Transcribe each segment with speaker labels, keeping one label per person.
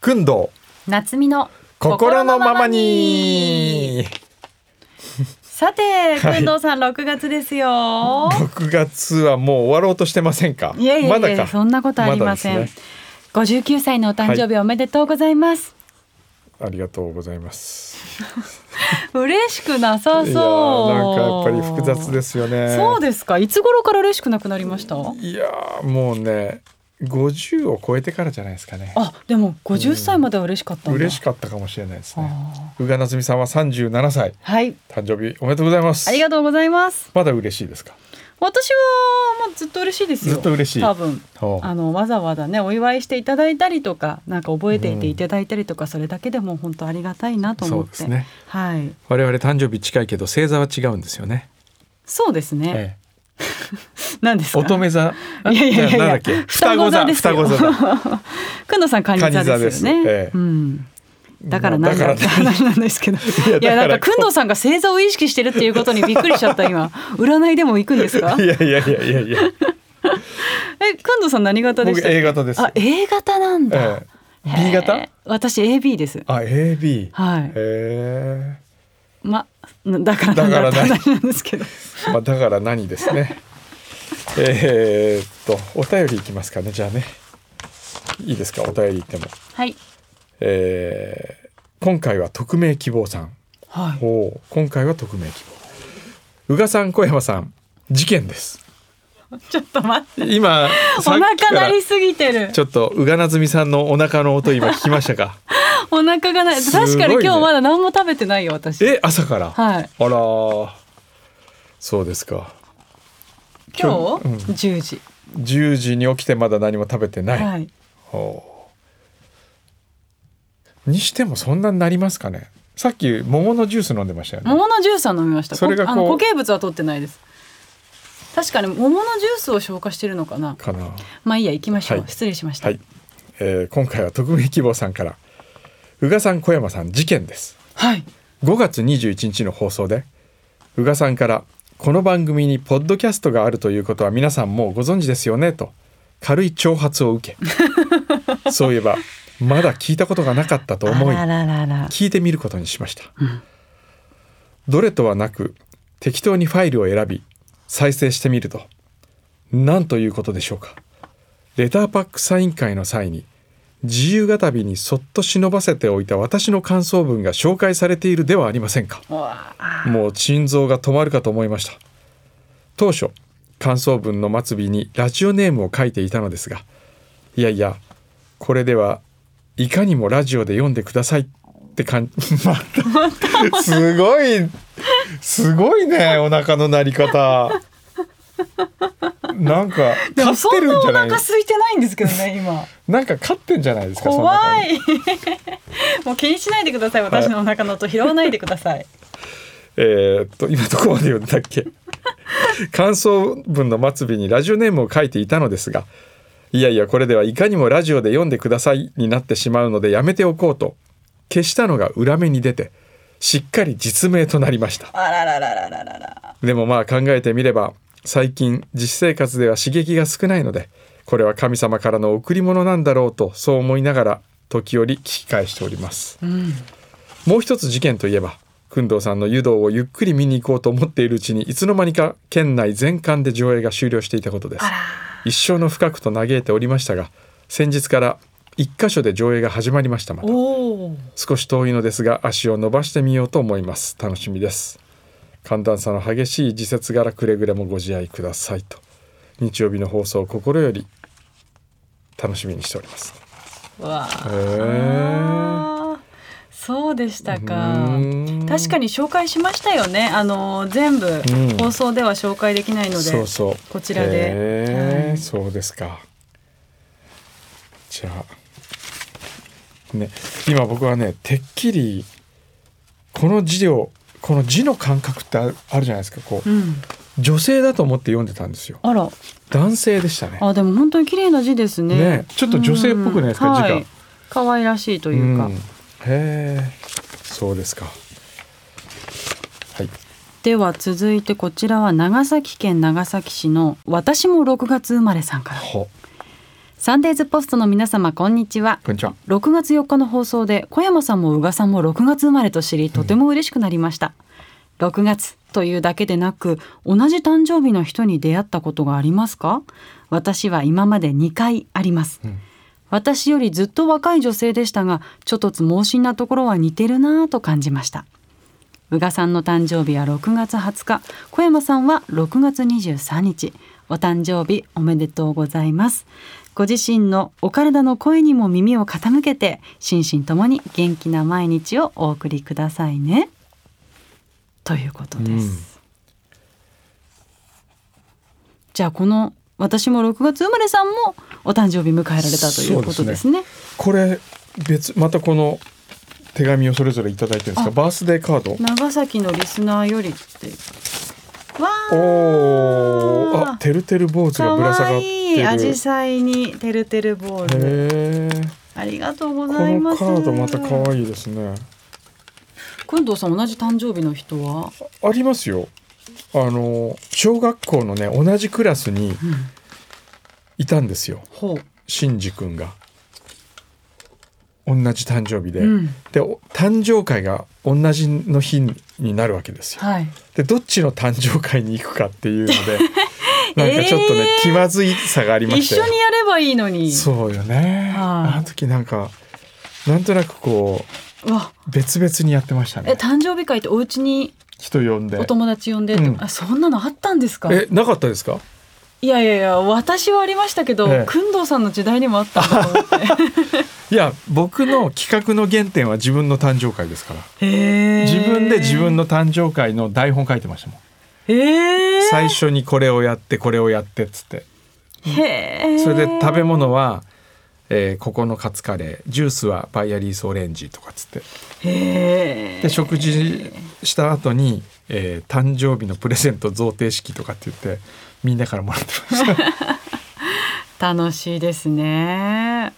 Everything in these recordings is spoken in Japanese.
Speaker 1: くんど
Speaker 2: 夏美の
Speaker 1: 心のままに
Speaker 2: さて、くんどうさん六月ですよ。
Speaker 1: 6月はもう終わろうとしてませんか
Speaker 2: いやいや
Speaker 1: ま
Speaker 2: い
Speaker 1: だ
Speaker 2: や、
Speaker 1: か
Speaker 2: そんなことありませ
Speaker 1: だで
Speaker 2: ん
Speaker 1: すね。
Speaker 2: 五十九歳のお誕生日おめでとうございます。
Speaker 1: ありがとうございます
Speaker 2: 嬉しくなさそう。。
Speaker 1: いやーなんかやっぱり複雑ですすよね
Speaker 2: そうですか。いつ頃から嬉しくなくなりました。
Speaker 1: いやーもうね50を超えてからじゃないですかね
Speaker 2: あ、でも五十歳までは嬉しかったんだ。
Speaker 1: 嬉し
Speaker 2: か
Speaker 1: かったかもしれないですね
Speaker 2: は
Speaker 1: 宇賀なつみさんは37歳
Speaker 2: い。
Speaker 1: 誕生日おめでとうございます
Speaker 2: ありがとうございます。
Speaker 1: まだ嬉しいですか
Speaker 2: 私はもうずっと嬉しいですよ。
Speaker 1: ずっと嬉しい
Speaker 2: 多分。
Speaker 1: おう
Speaker 2: あのわざわざねお祝いしていただいたりとかなんか覚えていていただいたりとか、それだけでも本当ありがたいなと
Speaker 1: そ
Speaker 2: 思
Speaker 1: う
Speaker 2: っ
Speaker 1: で
Speaker 2: て
Speaker 1: すね
Speaker 2: はい
Speaker 1: 我々誕生日近いけど星座は違うんですよね、
Speaker 2: そうですね、
Speaker 1: ええ
Speaker 2: なんですか
Speaker 1: 乙女座あ
Speaker 2: いやいやいやい
Speaker 1: なんだ
Speaker 2: や
Speaker 1: っけ
Speaker 2: 双子座ですよ
Speaker 1: 双子座だ
Speaker 2: くんのさんカニ座で
Speaker 1: 蟹
Speaker 2: すよね
Speaker 1: 座ですええ
Speaker 2: うんだからなん
Speaker 1: ま
Speaker 2: だ
Speaker 1: あ
Speaker 2: っ
Speaker 1: だ
Speaker 2: て
Speaker 1: から
Speaker 2: 話 なんで すけどい
Speaker 1: だ
Speaker 2: や
Speaker 1: から
Speaker 2: なんかくんのさんが星座を意識してるっていうことにびっくりしちゃっ た今占いでも行くんですか
Speaker 1: いやいやいやいやいや
Speaker 2: えくんのさん何型でし
Speaker 1: 僕
Speaker 2: た
Speaker 1: A 型です
Speaker 2: あ A 型なんだ、
Speaker 1: ええ B
Speaker 2: へ
Speaker 1: 型
Speaker 2: え私 AB です
Speaker 1: あ AB
Speaker 2: はい
Speaker 1: へえ
Speaker 2: まだから
Speaker 1: だから
Speaker 2: なんだって
Speaker 1: 何
Speaker 2: 話なんですけど
Speaker 1: まあだから何ですね えーっとお便りいきますかねじゃあねいいですかお便りいっても、
Speaker 2: はい
Speaker 1: えー今回は匿名希望さん
Speaker 2: はい
Speaker 1: おー今回は匿名希望宇賀さん小山さん事件です
Speaker 2: ちょっと待って。
Speaker 1: 今
Speaker 2: お
Speaker 1: さっきか
Speaker 2: 腹
Speaker 1: ら
Speaker 2: 鳴りすぎてる
Speaker 1: ち。ょっと宇賀なずみさんのお腹の音今聞きましたか
Speaker 2: お腹がない。
Speaker 1: すごいね
Speaker 2: 確かに今日まだ何も食べてないよ、私。
Speaker 1: え朝から、
Speaker 2: は
Speaker 1: あ
Speaker 2: い。
Speaker 1: らーそうですか
Speaker 2: 今
Speaker 1: 今日
Speaker 2: 日、10時。
Speaker 1: 10時に起きてまだ何も食べてない、
Speaker 2: はい。
Speaker 1: ほうにしてもそんなになりますかねさっき桃のジュース飲んでましたよね
Speaker 2: 桃のジュースは飲みました。
Speaker 1: それがこう
Speaker 2: あの固形物は取ってないです。確かに桃のジュースを消化してるのかな。
Speaker 1: かな
Speaker 2: まあいいや、行きましょう。
Speaker 1: はい
Speaker 2: 失礼しました。
Speaker 1: はい、えー今回は匿名希望さんから宇賀さん小山さん事件です
Speaker 2: はい。
Speaker 1: 5月21日の放送で宇賀さんからこの番組にポッドキャストがあるということは皆さんもうご存知ですよねと軽い挑発を受けそういえばまだ聞いたことがなかったと思い
Speaker 2: あらららら。
Speaker 1: 聞いてみることにしました、
Speaker 2: うん
Speaker 1: どれとはなく適当にファイルを選び再生してみると何ということでしょうかレターパックサイン会の際に自由語りにそっと忍ばせておいた私の感想文が紹介されているではありませんか
Speaker 2: うわあ
Speaker 1: もう心臓が止まるかと思いました当初感想文の末尾にラジオネームを書いていたのですがいやいやこれではいかにもラジオで読んでくださいって感じ またすごいすごいねお腹の鳴り方なんか
Speaker 2: でも
Speaker 1: 勝っ
Speaker 2: そ
Speaker 1: て
Speaker 2: んな
Speaker 1: るん
Speaker 2: お
Speaker 1: じゃない
Speaker 2: 腹空いてないんですけどね、今。
Speaker 1: なんか勝ってんじゃないですかそんな感
Speaker 2: 怖
Speaker 1: じ
Speaker 2: い。 もう気にしないでください。私のお腹の音拾わないでくだ さい。
Speaker 1: えーっと今どこまで読んだっけ 感想文の末尾にラジオネームを書いていたのですがいやいやこれではいかにもラジオで読んでくださいになってしまうのでやめておこうと消したのが裏目に出てしっかり実名となりました
Speaker 2: あららららららら。
Speaker 1: でもまあ考えてみれば最近実生活では刺激が少ないのでこれは神様からの贈り物なんだろうとそう思いながら時折聞き返しております
Speaker 2: うん。
Speaker 1: もう一つ事件といえば工藤さんの湯道をゆっくり見に行こうと思っているうちにいつの間にか県内全館で上映が終了していたことです一生の深くと嘆いておりましたが先日から一箇所で上映が始まりましたまた
Speaker 2: おお。
Speaker 1: 少し遠いのですが足を伸ばしてみようと思います楽しみです寒暖差の激しい時節柄くれぐれもご自愛くださいと日曜日の放送を心より楽しみにしております
Speaker 2: わ
Speaker 1: へ
Speaker 2: あ。
Speaker 1: え
Speaker 2: そうでしたか
Speaker 1: うーん。
Speaker 2: 確かに紹介しましたよね。あの全部
Speaker 1: うん
Speaker 2: 放送では紹介できないので、
Speaker 1: そうそう
Speaker 2: こちらで
Speaker 1: へー
Speaker 2: はい
Speaker 1: そうですかじゃあね今僕はねてっきりこの字をこの字の感覚ってあるあるじゃないですかこう
Speaker 2: うん。
Speaker 1: 女性だと思って読んでたんですよ
Speaker 2: あら、
Speaker 1: 男性でしたね
Speaker 2: あでも本当に綺麗な字ですね。
Speaker 1: ねちょっと女性っぽくないですか
Speaker 2: うん
Speaker 1: 字が
Speaker 2: はい可愛らしいというか。
Speaker 1: んへえそうですかはい
Speaker 2: では続いてこちらは長崎県長崎市の私も6月生まれさんから。
Speaker 1: ほ
Speaker 2: サンデーズポストの皆様こんにちは
Speaker 1: こんにちは。
Speaker 2: 6月4日の放送で小山さんも宇賀さんも6月生まれと知りとても嬉しくなりました、6月というだけでなく同じ誕生日の人に出会ったことがありますか私は今まで2回あります、
Speaker 1: ん
Speaker 2: 私よりずっと若い女性でしたがちょっと猛進なところは似てるなぁと感じました宇賀さんの誕生日は6月20日小山さんは6月23日お誕生日おめでとうございますご自身のお体の声にも耳を傾けて心身ともに元気な毎日をお送りくださいねということです、
Speaker 1: うん
Speaker 2: じゃあこの私も6月生まれさんもお誕生日迎えられたということですね
Speaker 1: これ別またこの手紙をそれぞれいただいてるんですか。
Speaker 2: あ
Speaker 1: バースデーカード。
Speaker 2: 長崎のリスナーよりってわー
Speaker 1: おお。あ、てるてる坊主がぶら下
Speaker 2: か
Speaker 1: が
Speaker 2: わ
Speaker 1: っ
Speaker 2: い
Speaker 1: てる。
Speaker 2: い紫陽花にてるてるボール
Speaker 1: へえ。
Speaker 2: ありがとうご
Speaker 1: こ
Speaker 2: ざいま
Speaker 1: の
Speaker 2: す
Speaker 1: カードまた可愛いですね。
Speaker 2: くんどうさん同じ誕生日の人は、
Speaker 1: ありますよ。あの小学校のね同じクラスに
Speaker 2: うん、
Speaker 1: いたんですよ。
Speaker 2: ほ
Speaker 1: シンジ君が同じ誕生日
Speaker 2: う、
Speaker 1: で、
Speaker 2: うん、
Speaker 1: でお誕生会が同じの日になるわけですよ。
Speaker 2: はい
Speaker 1: でどっちの誕生会に行くかっていうの でなんかちょっとね、
Speaker 2: えー
Speaker 1: 気まずいさがありま
Speaker 2: 一
Speaker 1: した
Speaker 2: 緒
Speaker 1: よ
Speaker 2: にやればいいのに
Speaker 1: そうよね
Speaker 2: は
Speaker 1: あ
Speaker 2: い
Speaker 1: の時なんかなんとなくこ
Speaker 2: うわ
Speaker 1: う別々にやってました
Speaker 2: え
Speaker 1: ね
Speaker 2: 誕生日会ってお家に
Speaker 1: 人呼んで
Speaker 2: お友達呼んでって、
Speaker 1: うん
Speaker 2: あそんなのあったんですか
Speaker 1: えなかったですか
Speaker 2: いやいやいや私はありましたけど、
Speaker 1: ええ
Speaker 2: くんどうさんの時代にもあったんだと思っ て
Speaker 1: いや僕の企画の原点は自分の誕生会ですから自
Speaker 2: 自
Speaker 1: 分で自分
Speaker 2: の
Speaker 1: の誕生会の台本書いてましたもん
Speaker 2: へえ
Speaker 1: 最初にこれをやってこれをやってっつって
Speaker 2: へー
Speaker 1: それで食べ物は、えーここのカツカレージュースはバイアリースオレンジとかっつって
Speaker 2: へー
Speaker 1: で食事した後に、えー誕生日のプレゼント贈呈式とかって言ってみんなからもらってました
Speaker 2: 楽しいですね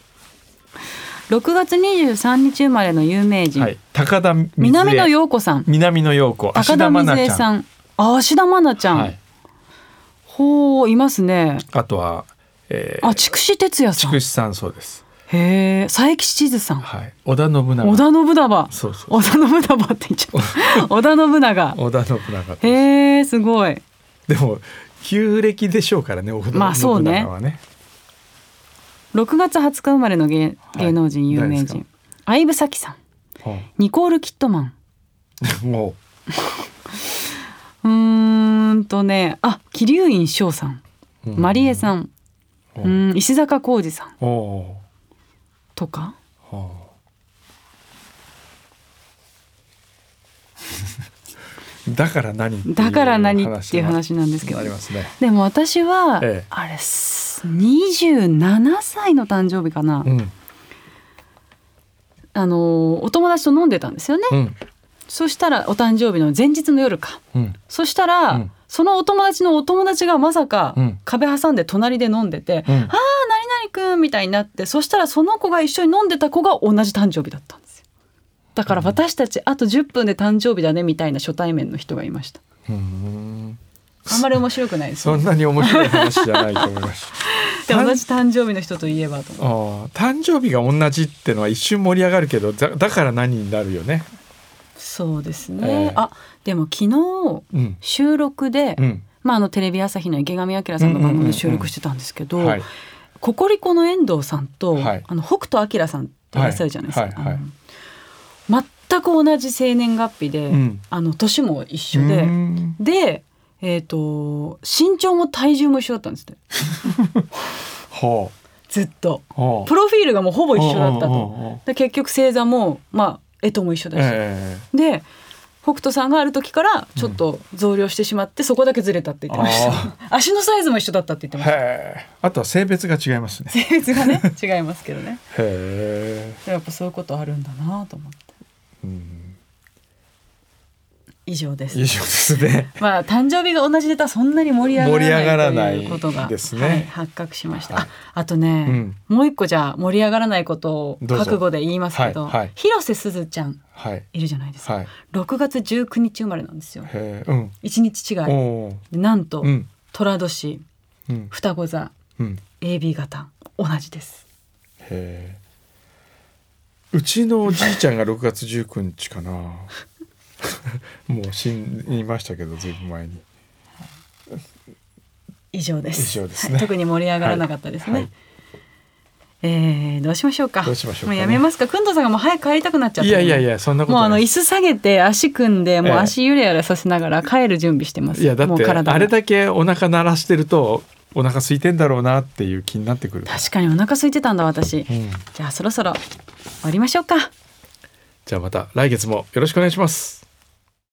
Speaker 2: 6月23日生まれの有名人、
Speaker 1: はい高田水江
Speaker 2: 南野陽子さん
Speaker 1: 南野陽子
Speaker 2: 高
Speaker 1: 芦
Speaker 2: 田
Speaker 1: 田愛
Speaker 2: 水
Speaker 1: 菜
Speaker 2: 江
Speaker 1: ちゃん
Speaker 2: さんあ芦田愛菜ちゃん、
Speaker 1: はい、
Speaker 2: ほういますね
Speaker 1: あとは、えー
Speaker 2: あ筑紫哲也さ
Speaker 1: 筑
Speaker 2: んへ
Speaker 1: 紫さんそうです、
Speaker 2: え佐伯七瀬さん
Speaker 1: はい、織田信長
Speaker 2: 織田信長
Speaker 1: そうそう
Speaker 2: 織田信長って言っちゃ った織田信長
Speaker 1: 織田信長です
Speaker 2: へえすごい
Speaker 1: でも旧暦でしょうからね織
Speaker 2: まあ
Speaker 1: 田
Speaker 2: そう
Speaker 1: 信
Speaker 2: ね
Speaker 1: 長はね,、
Speaker 2: 6月20日生まれの芸
Speaker 1: はい
Speaker 2: 芸能人有名
Speaker 1: 誰です
Speaker 2: 人相武咲さんニコール・キットマン
Speaker 1: うんも
Speaker 2: うーんとねあ桐生院翔さん
Speaker 1: う、うん
Speaker 2: マリエさん、
Speaker 1: う
Speaker 2: うんん、石坂浩二さん
Speaker 1: おお
Speaker 2: とか
Speaker 1: ーはあだから何っていう
Speaker 2: だから何っていう
Speaker 1: が
Speaker 2: 話なんですけど
Speaker 1: ありますね。
Speaker 2: でも私は、
Speaker 1: ええ
Speaker 2: あれす27歳の誕生日かな、
Speaker 1: うん、
Speaker 2: あのお友達と飲んでたんですよね、
Speaker 1: うん、
Speaker 2: そしたらお誕生日の前日の夜か
Speaker 1: うん、
Speaker 2: そしたら、
Speaker 1: うん
Speaker 2: そのお友達のお友達がまさか、
Speaker 1: うん
Speaker 2: 壁挟んで隣で飲んでて「
Speaker 1: う
Speaker 2: あ
Speaker 1: ん、
Speaker 2: 何々くん」みたいになってそしたらその子が一緒に飲んでた子が同じ誕生日だったんですよだから私たちあと10分で誕生日だねみたいな初対面の人がいました
Speaker 1: うん、
Speaker 2: あんまり面白くないです
Speaker 1: そ
Speaker 2: よ
Speaker 1: ん
Speaker 2: ね。
Speaker 1: なに面白い話じゃないと思いました。
Speaker 2: で同じ誕生日の人といえばと思って。
Speaker 1: ああ、誕生日が同じってのは一瞬盛り上がるけど、だだから何になるよね。
Speaker 2: そうです
Speaker 1: え
Speaker 2: ね
Speaker 1: え。
Speaker 2: あでも昨日
Speaker 1: うん、
Speaker 2: 収録で、
Speaker 1: うん、
Speaker 2: まああのテレビ朝日の池上彰さんの番組で収録してたんですけど、
Speaker 1: はい、
Speaker 2: ココリコの遠藤さんと、
Speaker 1: はい
Speaker 2: あの北斗晶さんっていらっしゃるじゃないですか。
Speaker 1: はいはいはい
Speaker 2: あの全く同じ生年月日で、
Speaker 1: うん
Speaker 2: あの年も一緒で、
Speaker 1: うん
Speaker 2: で。えー、と身長も体重も一緒だったんですって
Speaker 1: ほ
Speaker 2: ずっと
Speaker 1: う、ほう
Speaker 2: プロフィールがもうほぼ一緒だっ
Speaker 1: おうお
Speaker 2: たと
Speaker 1: うおうおう
Speaker 2: で結局星座もまあ干支も一緒だし、
Speaker 1: え
Speaker 2: で北斗さんがある時からちょっと増量してしまって、そこだけずれたって言ってました 足のサイズも一緒だったって言っ
Speaker 1: え
Speaker 2: てました
Speaker 1: へえあとは性別が違いますねへ
Speaker 2: 性 別がね違いますけどね
Speaker 1: え、
Speaker 2: やっぱそういうことあるんだなと思って
Speaker 1: うん、
Speaker 2: 以上です
Speaker 1: 以上ですね
Speaker 2: まあ誕生日が同じネタそんなに盛り上がらない
Speaker 1: 盛り上がらない
Speaker 2: ということが
Speaker 1: ですね
Speaker 2: はい、発覚しました、
Speaker 1: はい
Speaker 2: ああとね、もう一個じゃあ盛り上がらないことを
Speaker 1: どうぞ
Speaker 2: 覚悟で言いますけど
Speaker 1: はいはい
Speaker 2: 広瀬すずちゃん
Speaker 1: はい
Speaker 2: いるじゃないですか、
Speaker 1: はいへ
Speaker 2: 6月19日生まれなんですよ
Speaker 1: えうん
Speaker 2: 1日違い
Speaker 1: おお
Speaker 2: でなんと
Speaker 1: うん
Speaker 2: 寅年
Speaker 1: うん
Speaker 2: 双子座
Speaker 1: うん
Speaker 2: AB 型同じです
Speaker 1: へえうちのおじいちゃんが6月19日 かなもう死にましたけどずいぶん前に
Speaker 2: 以上です
Speaker 1: 以上ですね
Speaker 2: はい特に盛り上がらなかったですね、
Speaker 1: はい
Speaker 2: えーどうしましょうか
Speaker 1: どうしましょうかね
Speaker 2: もうやめますかくんどうさんがもう早く帰りたくなっちゃった
Speaker 1: いやいやいやそんなこと
Speaker 2: もうあの
Speaker 1: ない
Speaker 2: 椅子下げて足組んでもう
Speaker 1: ええ
Speaker 2: 足ゆらゆらさせながら帰る準備してます、
Speaker 1: いやだ
Speaker 2: も
Speaker 1: っ
Speaker 2: う
Speaker 1: て
Speaker 2: 体が
Speaker 1: あれだけお腹鳴らしてるとお腹空いてんだろうなっていう気になってくる、
Speaker 2: 確かにお腹空いてたんだ私、
Speaker 1: うん、
Speaker 2: じゃあそろそろ終わりましょうか
Speaker 1: じゃあまた来月もよろしくお願いします